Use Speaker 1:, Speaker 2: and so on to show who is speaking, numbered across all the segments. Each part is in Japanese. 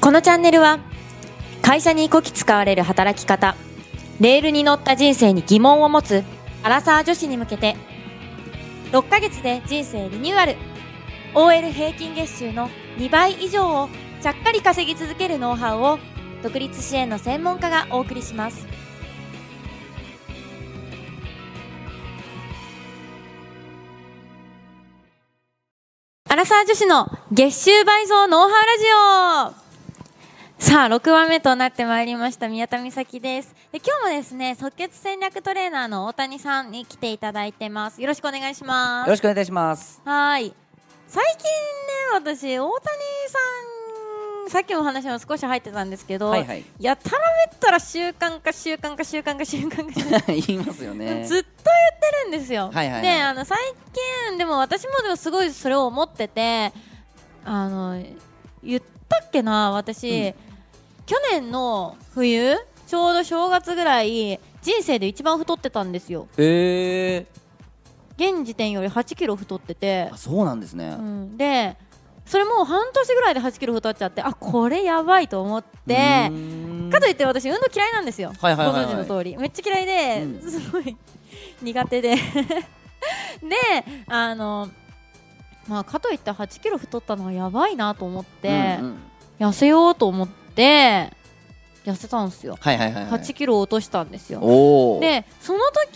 Speaker 1: このチャンネルは会社にこき使われる働き方レールに乗った人生に疑問を持つアラサー女子に向けて6ヶ月で人生リニューアル OL 平均月収の2倍以上をちゃっかり稼ぎ続けるノウハウを独立支援の専門家がお送りしますアラサー女子の月収倍増ノウハウラジオさあ、6話目となってまいりました、宮田美咲です。で、今日もですね、即決戦略トレーナーの大谷さんに来ていただいてます。よろしくお願いしま
Speaker 2: よ
Speaker 1: す。
Speaker 2: ろしくお願いします。
Speaker 1: はーい。最近ね、私、大谷さん、さっきもお話も少し入ってたんですけど、
Speaker 2: はいはい
Speaker 1: やたらめったら習慣化、習慣化、習慣化、習慣化、習慣化
Speaker 2: 言いますよね。
Speaker 1: ずっと言ってるんですよ。
Speaker 2: はいはいはい
Speaker 1: で、あの、最近、でも私もでもすごいそれを思ってて、あの、言ったっけな、私、
Speaker 2: うん
Speaker 1: 去年の冬、ちょうど正月ぐらい、人生で一番太ってたんですよ。
Speaker 2: え
Speaker 1: 現時点より8キロ太ってて
Speaker 2: ー、あ、。そうなんですね
Speaker 1: う。ん、でそれもう半年ぐらいで8キロ太っちゃってあこれやばいと思っ
Speaker 2: う
Speaker 1: て
Speaker 2: ーん
Speaker 1: かといって私運動嫌いなんですよ、
Speaker 2: はいはいはいはい
Speaker 1: ご存知の通りめっちゃ嫌いで、
Speaker 2: うん
Speaker 1: すごい苦手で であのまあかといって8キロ太ったのはやばいなと思って、
Speaker 2: うんうん
Speaker 1: 痩せようと思って痩せたんですよ
Speaker 2: はいはいはい、はい。
Speaker 1: 8キロ落としたんですよ
Speaker 2: おお。
Speaker 1: でその時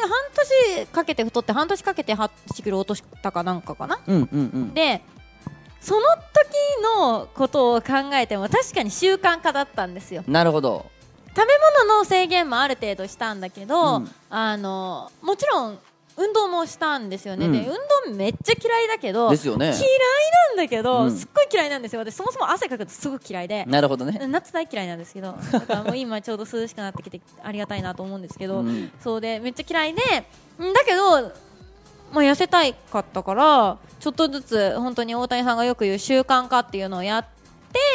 Speaker 1: 半年かけて太って半年かけて8キロ落としたかなんかかな
Speaker 2: うんうんうん。
Speaker 1: でその時のことを考えても確かに習慣化だったんですよ
Speaker 2: なるほど。
Speaker 1: 食べ物の制限もある程度したんだけど、
Speaker 2: うん
Speaker 1: あのもちろん運動もしたんですよね、
Speaker 2: うん
Speaker 1: で運動めっちゃ嫌いだけど、
Speaker 2: ですよね
Speaker 1: 嫌い。なんだけど、
Speaker 2: うん
Speaker 1: すっごい嫌いなんですよ私そもそも汗かくとすごく嫌いで
Speaker 2: なるほどね。
Speaker 1: 夏大嫌いなんですけどだからもう今ちょうど涼しくなってきてありがたいなと思うんですけど、
Speaker 2: うん
Speaker 1: そうでめっちゃ嫌いでんだけど、まあ、痩せたいかったからちょっとずつ本当に大谷さんがよく言う習慣化っていうのをやっ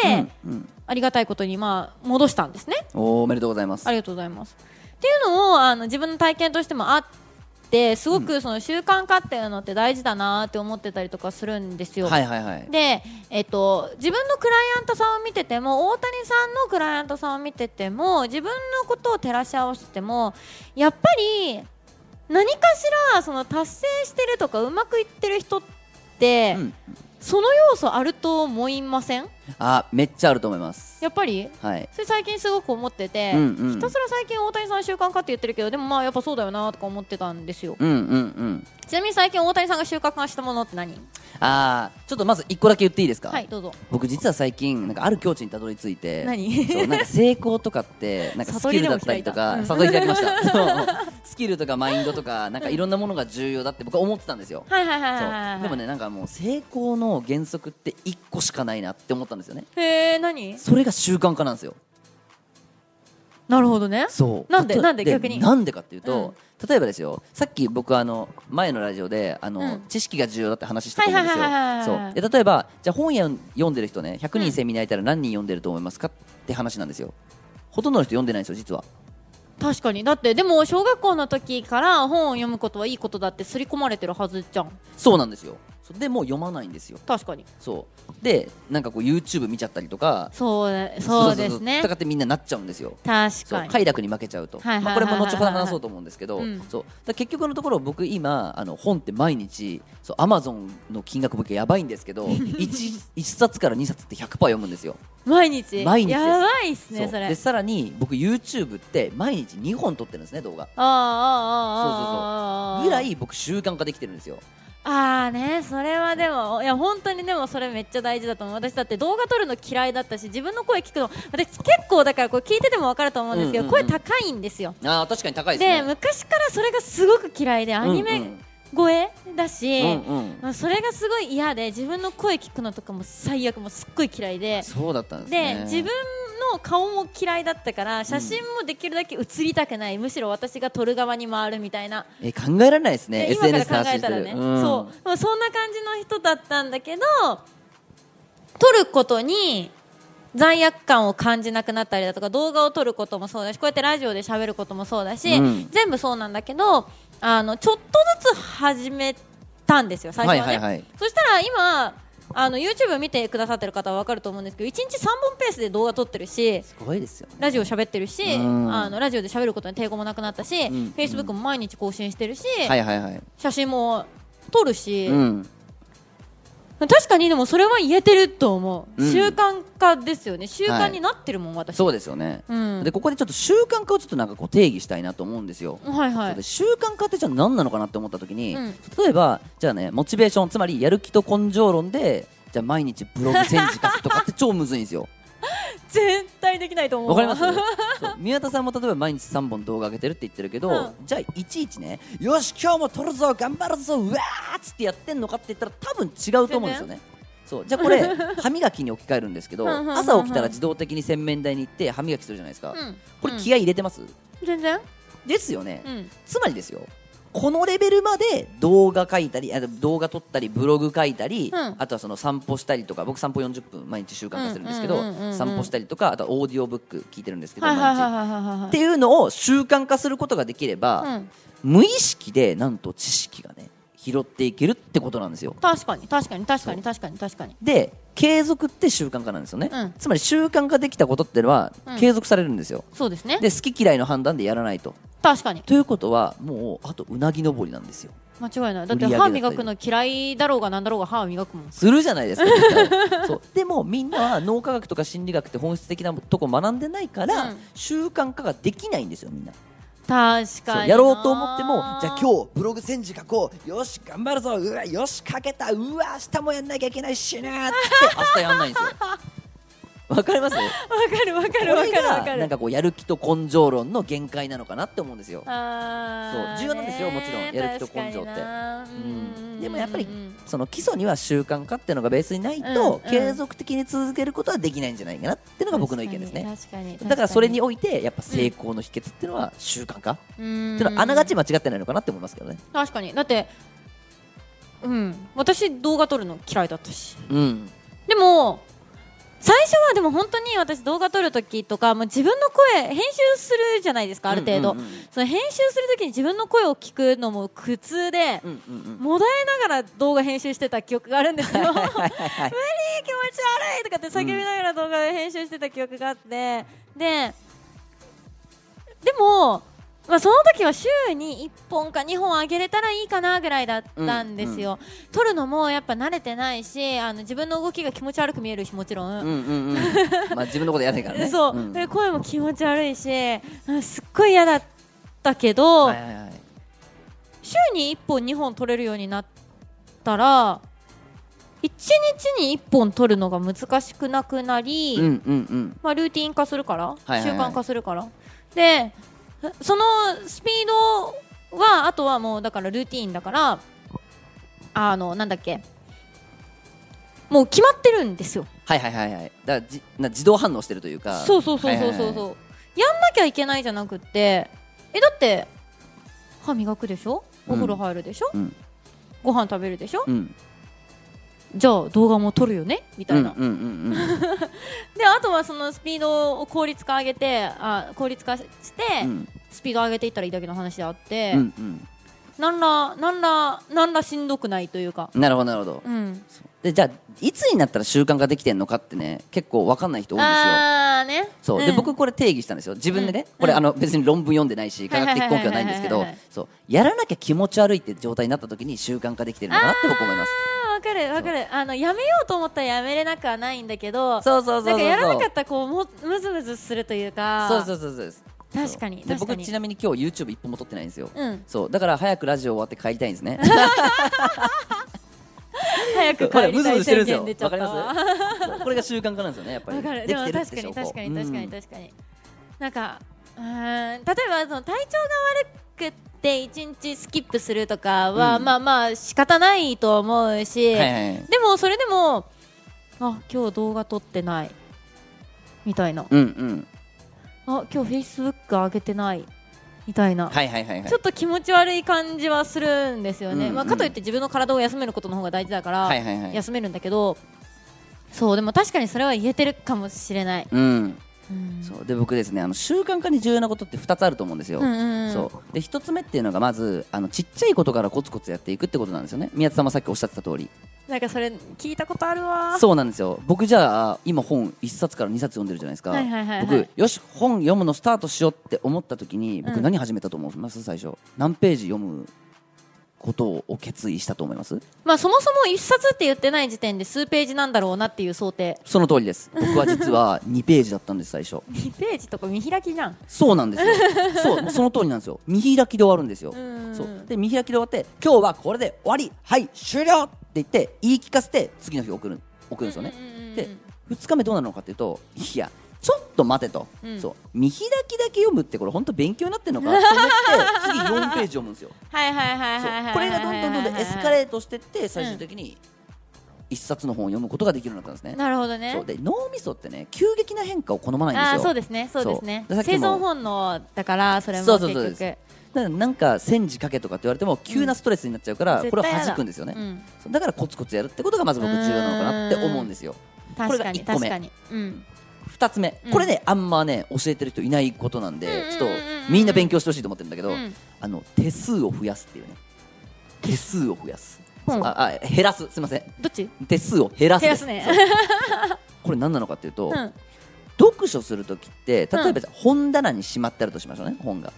Speaker 1: て、
Speaker 2: うんうん
Speaker 1: ありがたいことにまあ戻したんですね
Speaker 2: おーおめでとうございます。
Speaker 1: ありがとうございますっていうのをあの自分の体験としてもあってすごくその習慣化っていうのって大事だなって思ってたりとかするんですよ。
Speaker 2: はいはいはい。
Speaker 1: で、えっと、自分のクライアントさんを見てても大谷さんのクライアントさんを見てても自分のことを照らし合わせてもやっぱり何かしらその達成してるとかうまくいってる人って、
Speaker 2: うん
Speaker 1: その要素あると思いません
Speaker 2: あ、めっちゃあると思います。
Speaker 1: やっぱり
Speaker 2: はい。
Speaker 1: それ最近すごく思ってて、
Speaker 2: うんうん
Speaker 1: ひたすら最近大谷さん習慣化って言ってるけどでもまあやっぱそうだよなとか思ってたんですよ
Speaker 2: うんうんうん。
Speaker 1: ちなみに最近大谷さんが習慣化したものって何
Speaker 2: あー、ちょっとまず一個だけ言っていいですか。
Speaker 1: はいどうぞ
Speaker 2: 僕実は最近なんかある境地にたどり着いて
Speaker 1: 何
Speaker 2: そうなんか成功と かってなんかスキルだったりとか
Speaker 1: 悟
Speaker 2: 悟り開き ましたそうスキルとかマインドとかなんかいろんなものが重要だって僕は思ってたんですよ
Speaker 1: はいはいはいはいはいはい
Speaker 2: そ
Speaker 1: う
Speaker 2: でもねなんかもう成功の原則って一個しかないなって思ったんですよね
Speaker 1: へえ何
Speaker 2: それが習慣化なんですよ
Speaker 1: なるほどね
Speaker 2: そう
Speaker 1: なんで
Speaker 2: 例え
Speaker 1: なんで逆に
Speaker 2: なんでかっていうと、例えばですよさっき僕あの前のラジオであの、
Speaker 1: うん
Speaker 2: 知識が重要だって話したと思うんですよ
Speaker 1: はいはいはいはいはい
Speaker 2: そうで例えばじゃあ本や読んでる人ね100
Speaker 1: うん
Speaker 2: 人セミナーいたら何人読んでると思いますかって話なんですよほとんどの人読んでないんですよ実は
Speaker 1: 確かにだってでも小学校の時から本を読むことはいいことだって刷り込まれてるはずじゃん
Speaker 2: そうなんですよそうでもう読まないんですよ
Speaker 1: 確かに
Speaker 2: そうでなんかこう YouTube 見ちゃったりとか
Speaker 1: そうねそうですね
Speaker 2: とかってみんななっちゃうんですよ
Speaker 1: 確
Speaker 2: そう
Speaker 1: かに
Speaker 2: 快楽に負けちゃうと、
Speaker 1: はいはい
Speaker 2: まあ、
Speaker 1: は
Speaker 2: こ
Speaker 1: い
Speaker 2: れ
Speaker 1: はい
Speaker 2: も後ほど話そうと思うんですけど、
Speaker 1: うん
Speaker 2: そうだから結局のところ僕今あの本って毎日そうアマゾンの金額僕やばいんですけ ど 1, 一冊から2冊って100%読むんですよ
Speaker 1: 毎日
Speaker 2: 毎日です
Speaker 1: やばいっすね
Speaker 2: う
Speaker 1: それあ
Speaker 2: でさらに僕 YouTube って毎日2本撮ってるんですね動画
Speaker 1: ああああああああ
Speaker 2: ぐらい僕習慣化できてるんですよ
Speaker 1: ああねそれはでもいや本当にでもそれめっちゃ大事だと思う私だって動画撮るの嫌いだったし自分の声聞くの私結構だからこれ聞いてても分かると思うんですけど、
Speaker 2: うんうんうん
Speaker 1: 声高いんですよ
Speaker 2: あー確かに高い
Speaker 1: で,、
Speaker 2: ですね
Speaker 1: 昔からそれがすごく嫌いでアニメ声だし、
Speaker 2: うんうんうんうん
Speaker 1: まあ、それがすごい嫌で自分の声聞くのとかも最悪もうすっごい嫌いで
Speaker 2: そうだったんです
Speaker 1: で
Speaker 2: ね
Speaker 1: 自分の顔も嫌いだったから写真もできるだけ写りたくない、むしろ私が撮る側に回るみたいな、
Speaker 2: え考えられないですね
Speaker 1: で今から
Speaker 2: SNS
Speaker 1: 考
Speaker 2: 話
Speaker 1: え
Speaker 2: して
Speaker 1: たら
Speaker 2: る
Speaker 1: ね、
Speaker 2: うん
Speaker 1: そうまあそんな感じの人だったんだけど撮ることに罪悪感を感じなくなったりだとか動画を撮ることもそうだしこうやってラジオで喋ることもそうだし、
Speaker 2: うん
Speaker 1: 全部そうなんだけどあのちょっとずつ始めたんですよ最初はね。
Speaker 2: はいはいはい
Speaker 1: そしたら今あの YouTube 見てくださってる方は分かると思うんですけど1日3本ペースで動画撮ってるし
Speaker 2: すごいですよね
Speaker 1: ラジオ喋ってるし
Speaker 2: うん
Speaker 1: あのラジオで喋ることに抵抗もなくなったし、
Speaker 2: うん
Speaker 1: Facebook も毎日更新してるし、
Speaker 2: はいはいはい
Speaker 1: 写真も撮るし、
Speaker 2: うん
Speaker 1: 確かにでもそれは言えてると思う、
Speaker 2: うん
Speaker 1: 習慣化ですよね習
Speaker 2: は
Speaker 1: 慣
Speaker 2: い
Speaker 1: になってるもん、私
Speaker 2: そうですよね
Speaker 1: うん
Speaker 2: でここでちょっと習慣化をちょっとなんかこう定義したいなと思うんですよ
Speaker 1: はいはい
Speaker 2: で習慣化ってじゃあ何なのかなって思った時に、
Speaker 1: うん
Speaker 2: 例えばじゃあねモチベーションつまりやる気と根性論でじゃあ毎日ブログ1000字書くとかって超むずい んですよ
Speaker 1: 絶対できないと思う
Speaker 2: わかりますそう宮田さんも例えば毎日3本動画上げてるって言ってるけど、
Speaker 1: う
Speaker 2: じゃあいちいちねよし今日も撮るぞ頑張るぞうわーっつってやってんのかって言ったら多分違うと思うんですよねそうじゃあこれ 歯磨きに置き換えるんですけど
Speaker 1: うんうんうんうん
Speaker 2: 朝起きたら自動的に洗面台に行って歯磨きするじゃないですか、
Speaker 1: うん
Speaker 2: これ
Speaker 1: うん
Speaker 2: 気合い入れてます、
Speaker 1: 全然
Speaker 2: ですよね、
Speaker 1: うん
Speaker 2: つまりですよこのレベルまで動画書いたりあ動画撮ったりブログ書いたり、
Speaker 1: うん
Speaker 2: あとはその散歩したりとか僕散歩40分毎日習慣化するんですけど、
Speaker 1: うんうんうんうんうん
Speaker 2: 散歩したりとかあとはオーディオブック聞いてるんですけど、
Speaker 1: はいはいはい
Speaker 2: 毎日
Speaker 1: はいはいはい
Speaker 2: っていうのを習慣化することができれば、
Speaker 1: うん
Speaker 2: 無意識でなんと知識がね拾っていけるってことなんですよ
Speaker 1: 確かに確かに確かに確かに確かに
Speaker 2: で継続って習慣化なんですよね、
Speaker 1: うん
Speaker 2: つまり習慣化できたことってのは
Speaker 1: うん
Speaker 2: 継続されるんですよ、
Speaker 1: そうですね
Speaker 2: で好き嫌いの判断でやらないと
Speaker 1: 確かに
Speaker 2: ということはもうあとうなぎ登りなんですよ
Speaker 1: 間違いないだっ
Speaker 2: 売り
Speaker 1: て
Speaker 2: 上げだ
Speaker 1: 歯
Speaker 2: ったり
Speaker 1: 磨くの嫌いだろうがなんだろうが歯を磨くもん
Speaker 2: するじゃないです か絶対そうでもみんなは脳科学とか心理学って本質的なとこ学んでないから、
Speaker 1: うん
Speaker 2: 習慣化ができないんですよみんな
Speaker 1: 確か
Speaker 2: そう
Speaker 1: に
Speaker 2: やろうと思ってもじゃあ
Speaker 1: 日
Speaker 2: 今日ブログ1000字書こうよし頑張るぞうわよし書けたうわ明日もやんなきゃいけないしなーっつ って明日やんないんですよわかります
Speaker 1: わかるわか
Speaker 2: こ
Speaker 1: るわ
Speaker 2: れ
Speaker 1: かるわ
Speaker 2: が
Speaker 1: か
Speaker 2: なん
Speaker 1: る
Speaker 2: かこうやる気と根性論の限界なのかなって思うんですよ
Speaker 1: あー
Speaker 2: そう重要なんですよもちろん
Speaker 1: ね
Speaker 2: やる気と根性って
Speaker 1: 確かにな
Speaker 2: うん
Speaker 1: うん
Speaker 2: でもやっぱり
Speaker 1: うん
Speaker 2: その基礎には習慣化っていうのがベースにないと、
Speaker 1: うんうん
Speaker 2: 継続的に続けることはできないんじゃないかなっていうのが僕の意見ですね
Speaker 1: 確かに確か
Speaker 2: だからそれにおいてやっぱ成功の秘訣っていうのは習慣化ってていうのはあながち間違ってないのかなって思いますけどね。
Speaker 1: 確かにだってうん私動画撮るの嫌いだったし
Speaker 2: うん。
Speaker 1: でも最初はでも本当に私動画撮る時とかもう自分の声編集するじゃないですかある程度、
Speaker 2: うんうん
Speaker 1: その編集する時に自分の声を聞くのも苦痛で、
Speaker 2: うんうんうんうん。
Speaker 1: もだえながら動画編集してた記憶があるんですよ 無理気持ち悪いとかって叫びながら動画編集してた記憶があってででも、まあ、その時は週に1本か2本あげれたらいいかなぐらいだったんですよ、撮るのもやっぱ慣れてないしあの自分の動きが気持ち悪く見えるしもちろん、
Speaker 2: うんうんうん。まあ自分のことやらないからね。
Speaker 1: そう、
Speaker 2: ん
Speaker 1: で声も気持ち悪いしうんすっごい嫌だったけど、
Speaker 2: はいはいはい。
Speaker 1: 週に1本2本取れるようになったら1日に1本取るのが難しくなくなり、
Speaker 2: うんうんうん。
Speaker 1: まあ、ルーティン化するから、
Speaker 2: いはいはい
Speaker 1: 習慣化するからでそのスピードはあとはもうだからルーティンだからあのなんだっけもう決まってるんですよ
Speaker 2: はいはいはいはい。だからじな自動反応してるというか。
Speaker 1: そうそうそうそうそうそう、
Speaker 2: はいはいはい
Speaker 1: やんなきゃいけないじゃなくってえだって歯磨くでしょお風呂入るでしょ、
Speaker 2: うん
Speaker 1: ご飯食べるでしょ
Speaker 2: うん
Speaker 1: じゃあ動画も撮るよねみ
Speaker 2: う
Speaker 1: た
Speaker 2: んう
Speaker 1: い
Speaker 2: ん
Speaker 1: な、
Speaker 2: うん
Speaker 1: であとはそのスピードを効率化上げてあ効率化して、
Speaker 2: うんうん
Speaker 1: スピード上げていったらいいだけの話であっ
Speaker 2: う
Speaker 1: て、
Speaker 2: んうん
Speaker 1: なんらなんらなんらしんどくないというか
Speaker 2: なるほどなるほど
Speaker 1: うん
Speaker 2: でじゃあいつになったら習慣化できてんのかってね結構わかんない人多いんですよ
Speaker 1: ああね
Speaker 2: そうで、僕これ定義したんですよ自分でね、
Speaker 1: うん
Speaker 2: これ
Speaker 1: うん
Speaker 2: あの別に論文読んでないし科学的根拠はないんですけ
Speaker 1: は
Speaker 2: ど
Speaker 1: いはいはいはいはいはい
Speaker 2: そうやらなきゃ気持ち悪いって状態になった時に習慣化できてるのかなって僕思います
Speaker 1: ああわかるわかるあのやめようと思ったらやめれなくはないんだけど
Speaker 2: そうそうそ
Speaker 1: なん
Speaker 2: うそう
Speaker 1: かやらなかったらこうもむずむずするというか
Speaker 2: そうそうそうそうです
Speaker 1: 確かに
Speaker 2: で
Speaker 1: 確か
Speaker 2: 僕
Speaker 1: に
Speaker 2: ちなみに今日 YouTube 一本も撮ってないんですよ、
Speaker 1: うん
Speaker 2: そうだから早くラジオ終わって帰りたいんで すね
Speaker 1: 早く
Speaker 2: これ
Speaker 1: 帰り
Speaker 2: ムズ
Speaker 1: た
Speaker 2: ムズ
Speaker 1: い
Speaker 2: してる
Speaker 1: 宣
Speaker 2: ん
Speaker 1: 言
Speaker 2: ですよ
Speaker 1: 出ちゃ
Speaker 2: わ
Speaker 1: った
Speaker 2: かり
Speaker 1: わ
Speaker 2: ますそうこれが習慣化なんですよねやっぱり
Speaker 1: わかる
Speaker 2: で
Speaker 1: で
Speaker 2: き
Speaker 1: も
Speaker 2: てるっ
Speaker 1: 確
Speaker 2: て
Speaker 1: かに
Speaker 2: 証拠
Speaker 1: 確かに確かに
Speaker 2: うん
Speaker 1: 確かに、なんかうーん例えばその体調が悪くて一日スキップするとかは、
Speaker 2: うん
Speaker 1: まあまあ仕方ないと思うし、
Speaker 2: はいはいはい
Speaker 1: でもそれでもあ今日動画撮ってないみたいなあ
Speaker 2: うんうん
Speaker 1: 今日フェイスブック上げてないみたいな、
Speaker 2: はいはいはいはい
Speaker 1: ちょっと気持ち悪い感じはするんですよね、
Speaker 2: うんうん
Speaker 1: まあ、かといって自分の体を休めることの方が大事だから、
Speaker 2: はいはいはい
Speaker 1: 休めるんだけどそうでも確かにそれは言えてるかもしれない
Speaker 2: うん
Speaker 1: うん
Speaker 2: そうで僕ですねあの習慣化に重要なことって2つあると思うんですよ、
Speaker 1: うんうんうん
Speaker 2: そうで1つ目っていうのがまずあのちっちゃいことからコツコツやっていくってことなんですよね宮田さんもさっきおっしゃってた通り
Speaker 1: なんかそれ聞いたことあるわ
Speaker 2: そうなんですよ僕じゃあ今本1冊から2冊読んでるじゃないですか、
Speaker 1: はいはいはいはい
Speaker 2: 僕よし本読むのスタートしようって思った時に
Speaker 1: う
Speaker 2: 僕
Speaker 1: ん
Speaker 2: 何始めたと思います、最初何ページ読むことを決意したと思います
Speaker 1: まあそもそも一冊って言ってない時点で数ページなんだろうなっていう想定
Speaker 2: その通りです僕は実は2ページだったんです最初
Speaker 1: 2ページとか見開きじゃん
Speaker 2: そうなんですよそうその通りなんですよ見開きで終わるんですよ、
Speaker 1: うん
Speaker 2: そうで見開きで終わって今日はこれで終わりはい終了って言って言い聞かせて次の日送る送るんですよね、で2日目どうなるのかっていうといやちょっと待てと、
Speaker 1: うん
Speaker 2: そう見開きだけ読むってこれ本当勉強になってるのかって 思って次4ページ読むんですよ
Speaker 1: はいはいはい
Speaker 2: そう
Speaker 1: はいはい
Speaker 2: これがどんどんどんどんエスカ
Speaker 1: ー
Speaker 2: レートしてって最終的に一冊の本を読むことができるようになったんですね
Speaker 1: なるほどね
Speaker 2: そうで脳みそってね急激な変化を好まないんです
Speaker 1: あ
Speaker 2: よ
Speaker 1: あそうですねそうですね
Speaker 2: そうでさっ
Speaker 1: 生
Speaker 2: きも
Speaker 1: 存本能だからそれも
Speaker 2: そう
Speaker 1: 結
Speaker 2: そう
Speaker 1: 局
Speaker 2: そうですだからなんか戦時かけとかって言われても急なストレスになっちゃうから、
Speaker 1: うん
Speaker 2: これは
Speaker 1: 絶対やだ
Speaker 2: 弾くんですよね、
Speaker 1: うん
Speaker 2: そうだからコツコツやるってことがまず僕重要なのかなって思うんですよこ
Speaker 1: 確
Speaker 2: れが
Speaker 1: かに
Speaker 2: 一個目
Speaker 1: 確かにうん
Speaker 2: 2つ目、
Speaker 1: うん
Speaker 2: これねあんまね教えてる人いないことなんで、
Speaker 1: うんうんうんうん
Speaker 2: ちょっとみんな勉強してほしいと思ってるんだけど、
Speaker 1: うん
Speaker 2: あの手数を増やすっていうね手数を増やす、
Speaker 1: うん
Speaker 2: ああ減らすすいません
Speaker 1: どっち
Speaker 2: 手数を減らす
Speaker 1: 減
Speaker 2: で
Speaker 1: ら
Speaker 2: す
Speaker 1: すね
Speaker 2: これ何なのかっていうと、
Speaker 1: うん
Speaker 2: 読書する時って例えばじゃあ本棚にしまってあるとしましょうね本が、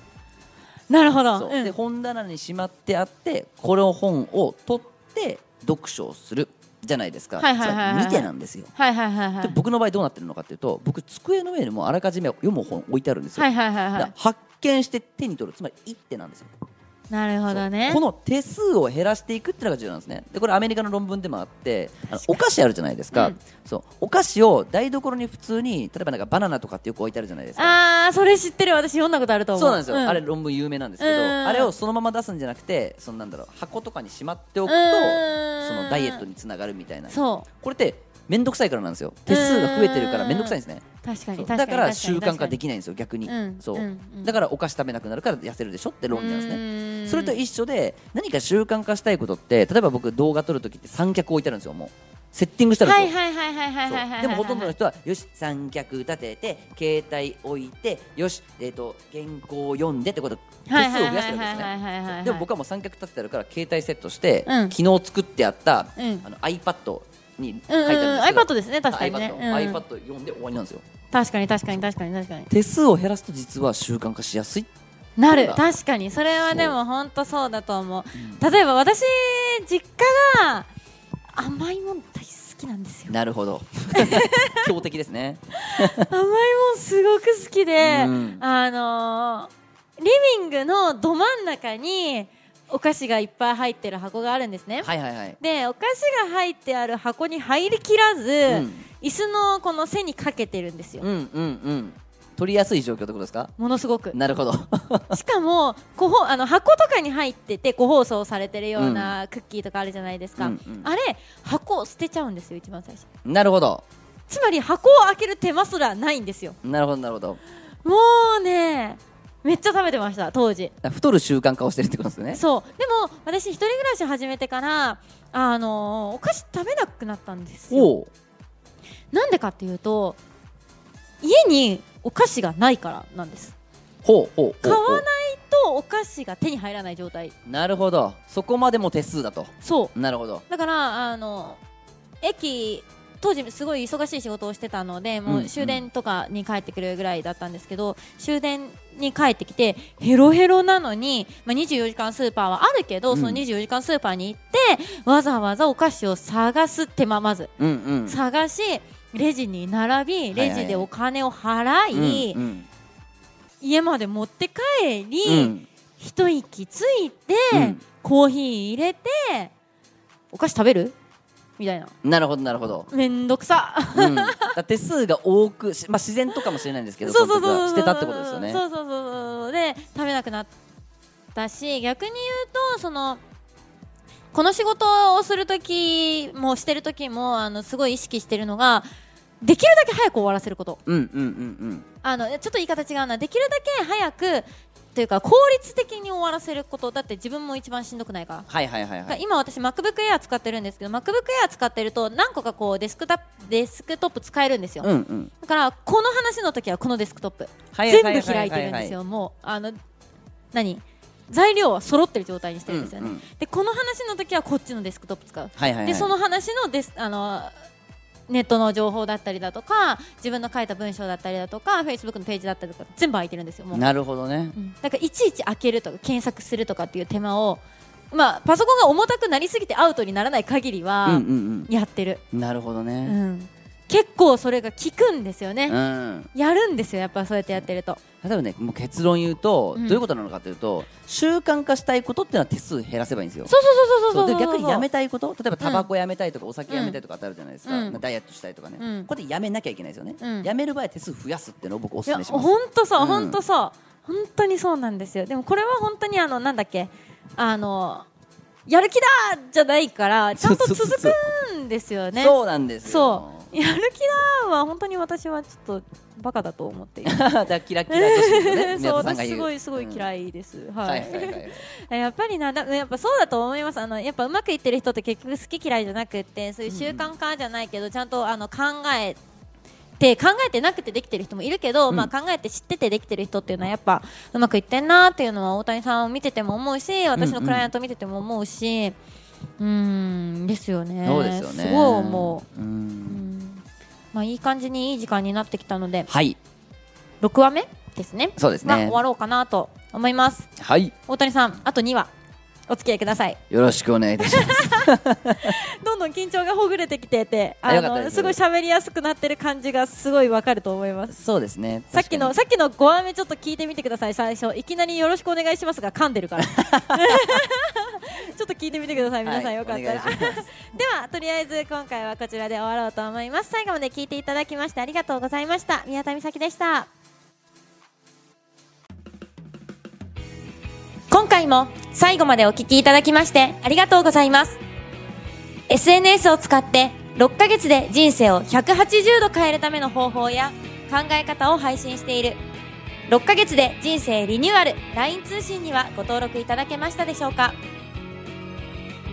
Speaker 1: なるほど
Speaker 2: そう
Speaker 1: うん
Speaker 2: で本棚にしまってあってこの本を取って読書をするじゃないですか、
Speaker 1: はいはいはいはい
Speaker 2: つまり見てなんですよ
Speaker 1: はいはいはいはい
Speaker 2: で僕の場合どうなってるのかっていうと僕机の上にもうあらかじめ読む本置いてあるんですよ、
Speaker 1: はいはいはい
Speaker 2: だ
Speaker 1: は
Speaker 2: から発見して手に取るつまり一手なんですよ
Speaker 1: いなるほどね
Speaker 2: この手数を減らしていくっていうのが重要なんですねでこれアメリカの論文でもあってあのお菓子あるじゃないですか、
Speaker 1: うん
Speaker 2: そうお菓子を台所に普通に例えばなんかバナナとかってよく置いてあるじゃないですか
Speaker 1: ああそれ知ってる私読んだことあると思う
Speaker 2: そうなんですよ、
Speaker 1: ん
Speaker 2: あれ論文有名なんですけど、
Speaker 1: うん
Speaker 2: あれをそのまま出すんじゃなくてそのなんだろう箱とかにしまっておくと、
Speaker 1: うん
Speaker 2: そのダイエットにつながるみたいな
Speaker 1: そ
Speaker 2: これって面倒くさいからなんですよ手数が増えてるから面倒くさいんですね
Speaker 1: う確か
Speaker 2: そ
Speaker 1: に
Speaker 2: う
Speaker 1: 確かに
Speaker 2: だから習慣化で
Speaker 1: き
Speaker 2: きないんですよ逆に、
Speaker 1: うん
Speaker 2: そう、
Speaker 1: うんうん
Speaker 2: だからお菓子食べなくなるから痩せるでしょって論理なんですね
Speaker 1: ね
Speaker 2: それと一緒で何か習慣化したいことって例えば僕動画撮るときって三脚置いてあるんですよもうセッティングしてあるん
Speaker 1: は
Speaker 2: で
Speaker 1: い
Speaker 2: すよ
Speaker 1: はいはいはいはいはい
Speaker 2: そ
Speaker 1: は
Speaker 2: う
Speaker 1: い
Speaker 2: でもほとんどの人はよし三脚立てて携帯置いてよし、えー、と原稿を読んでってこと手数を増やしてるんです
Speaker 1: はいはいはいはいはいはいは
Speaker 2: ね
Speaker 1: い
Speaker 2: でも僕はもう三脚立ててあるから携帯セットして、
Speaker 1: うん
Speaker 2: 昨日作ってあった、
Speaker 1: うん
Speaker 2: あの iPad に書
Speaker 1: う
Speaker 2: い
Speaker 1: ん
Speaker 2: てあるん
Speaker 1: うん
Speaker 2: ですけど、
Speaker 1: iPad ですね確かにね
Speaker 2: iPad,
Speaker 1: うん
Speaker 2: iPad 読んで終わりなんですよ
Speaker 1: 確かに確かに確かに確かに
Speaker 2: 手数を減らすと実は習慣化しやすい
Speaker 1: な
Speaker 2: そ
Speaker 1: る
Speaker 2: うだ
Speaker 1: 確かにそれはでも本当そうだと思う
Speaker 2: う
Speaker 1: 例えば私実家が甘いもん大好きなんですよ
Speaker 2: なるほど 強敵ですね
Speaker 1: 甘いもんすごく好きで、
Speaker 2: うん
Speaker 1: あのーリビングのど真ん中にお菓子がいっぱい入ってる箱があるんですね、
Speaker 2: はいはいはい
Speaker 1: でお菓子が入ってある箱に入りきらず、
Speaker 2: ん
Speaker 1: 椅子のこの背にかけてるんですよ、
Speaker 2: うんうんうん取りやすい状況ってことですか
Speaker 1: ものすごく
Speaker 2: なるほど
Speaker 1: しかも個包あの箱とかに入ってて個包装されてるようなクッキーとかあるじゃないですか、
Speaker 2: うんうん
Speaker 1: あれ箱を捨てちゃうんですよ一番最初
Speaker 2: なるほど
Speaker 1: つまり箱を開ける手間すらないんですよ
Speaker 2: なるほどなるほど
Speaker 1: もうねめっちゃ食べてました当時
Speaker 2: だから太る習慣化をしてるってことですよね
Speaker 1: そうでも私一人暮らし始めてからあのーお菓子食べなくなったんですよ
Speaker 2: おう
Speaker 1: なんでかっていうと家にお菓子がないからなんです
Speaker 2: ほうほうほう
Speaker 1: 買わないいとお菓子が手に入らない状態
Speaker 2: なるほどそこまでも手数だと
Speaker 1: そう
Speaker 2: なるほど
Speaker 1: だからあの駅当時すごい忙しい仕事をしてたのでも
Speaker 2: んう
Speaker 1: うんう終電とかに帰ってくるぐらいだったんですけど、終電に帰ってきてヘロヘロなのに、まあ、24時間スーパーはあるけど、
Speaker 2: うん
Speaker 1: その24時間スーパーに行ってわざわざお菓子を探す手間まず
Speaker 2: うんうん
Speaker 1: 探しレジに並びレジでお金を払い、
Speaker 2: うんうん
Speaker 1: 家まで持って帰り、
Speaker 2: うん
Speaker 1: 一息ついて、
Speaker 2: うん
Speaker 1: コーヒー入れてお菓子食べるみたいな
Speaker 2: なるほどなるほど、
Speaker 1: めんどくさ
Speaker 2: うん、だから手数が多くし、まあ、自然とかもしれないんですけど
Speaker 1: そうそうそう
Speaker 2: の
Speaker 1: そ
Speaker 2: 時
Speaker 1: う
Speaker 2: はしてたってことですよね
Speaker 1: そうそうそうそうで食べなくなったし逆に言うとそのこの仕事をする時もしてる時もあのすごい意識してるのができるだけ早く終わらせること
Speaker 2: うんうんうん
Speaker 1: あのちょっと言い方違うなできるだけ早くというか効率的に終わらせることだって自分も一番しんどくないから。
Speaker 2: はいはいはいはい。
Speaker 1: 今私 MacBook Air 使ってるんですけど MacBook Air 使ってると何個かこうデスクタデスクトップ使えるんですよ、
Speaker 2: うんうん。
Speaker 1: だからこの話の時はこのデスクトップ
Speaker 2: は
Speaker 1: 全部開いてるんですよもうあの何材料は揃ってる状態にしてるんですよね、
Speaker 2: うんうん
Speaker 1: でこの話の時はこっちのデスクトップ使う、
Speaker 2: はいはいはい。
Speaker 1: でその話のデスあのネットの情報だったりだとか自分の書いた文章だったりだとか Facebook のページだったりとか全部空いてるんですよもう
Speaker 2: なるほどね。
Speaker 1: うんだからいちいち開けるとか検索するとかっていう手間を、まあ、パソコンが重たくなりすぎてアウトにならない限り
Speaker 2: うんう
Speaker 1: は
Speaker 2: ん
Speaker 1: やってる、
Speaker 2: うん。なるほど
Speaker 1: うん
Speaker 2: ね。
Speaker 1: 結構それが効くんですよね、
Speaker 2: うん。
Speaker 1: やるんですよやっぱそうやってやってると
Speaker 2: 例えばね、もう結論言うと、
Speaker 1: う
Speaker 2: ど
Speaker 1: ん
Speaker 2: ういうことなのかというと、習慣化したいことっていうのは手数減らせばいいんですよ。
Speaker 1: そうそうそうそうそう
Speaker 2: で
Speaker 1: そう
Speaker 2: 逆にやめたいこと、例えばタバコやめたいとか、お酒やめたいとかってあるじゃないですか、
Speaker 1: うん
Speaker 2: ダイエットしたいとかね、
Speaker 1: うん
Speaker 2: これでやめなきゃいけないですよね、
Speaker 1: うん
Speaker 2: やめる場合は手数増やすっていうのを僕、お
Speaker 1: い
Speaker 2: 勧
Speaker 1: や
Speaker 2: めします。
Speaker 1: 本当そううん本当そう本当にそうなんですよでもこれは本当にあのなんだっけあのやる気だじゃないからちゃんと
Speaker 2: そうそう
Speaker 1: 続
Speaker 2: そうそう
Speaker 1: くんですよね
Speaker 2: そうなんですよ
Speaker 1: そうやる気だは本当に私はちょっとバカだと思っている
Speaker 2: だからキラキラ女子ですよ
Speaker 1: そう
Speaker 2: ね宮田さんが
Speaker 1: 私
Speaker 2: 言
Speaker 1: す
Speaker 2: う
Speaker 1: ごいすごい
Speaker 2: い、
Speaker 1: 嫌いです、
Speaker 2: うん
Speaker 1: は
Speaker 2: はいいはいはい
Speaker 1: やっぱりなだやっぱそうだと思いますあのやっぱうまくいってる人って結局好き嫌いじゃなくってそういう習慣化じゃないけど、ちゃんとあの考えて考えてなくてできてる人もいるけど、
Speaker 2: うん
Speaker 1: まあ、考えて知っててできてる人っていうのはやっぱうまくいってんなっていうのは大谷さんを見てても思うし私のクライアント見てても思うしうーんですよね
Speaker 2: そうですよ
Speaker 1: す
Speaker 2: ね
Speaker 1: ごい思
Speaker 2: う
Speaker 1: う、うんんまあ、いい感じにいい時間になってきたので
Speaker 2: はい
Speaker 1: 6話目ですね
Speaker 2: そうです
Speaker 1: が
Speaker 2: ね
Speaker 1: 終わろうかなと思います
Speaker 2: はい
Speaker 1: 大谷さんあと2話お付き合いください
Speaker 2: よろしくお願いいたします
Speaker 1: どんどん緊張がほぐれてきてて
Speaker 2: あ
Speaker 1: あ
Speaker 2: よかった
Speaker 1: の
Speaker 2: です
Speaker 1: すごい喋りやすくなってる感じがすごいわかると思います
Speaker 2: そうですね
Speaker 1: さっきのさっきの5話目ちょっと聞いてみてください最初いきなりよろしくお願いしますが噛んで るから ちょっと聞いてみてください皆さん、よかったら
Speaker 2: はいお願いします
Speaker 1: ではとりあえず今回はこちらで終わろうと思います最後まで聞いていただきましてありがとうございました宮田美咲でした今回も最後までお聞きいただきましてありがとうございます SNS を使って6ヶ月で人生を180度変えるための方法や考え方を配信している6ヶ月で人生リニューアル LINE 通信にはご登録いただけましたでしょうか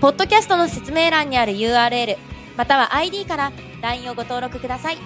Speaker 1: ポッドキャストの説明欄にある URL または ID から LINE をご登録ください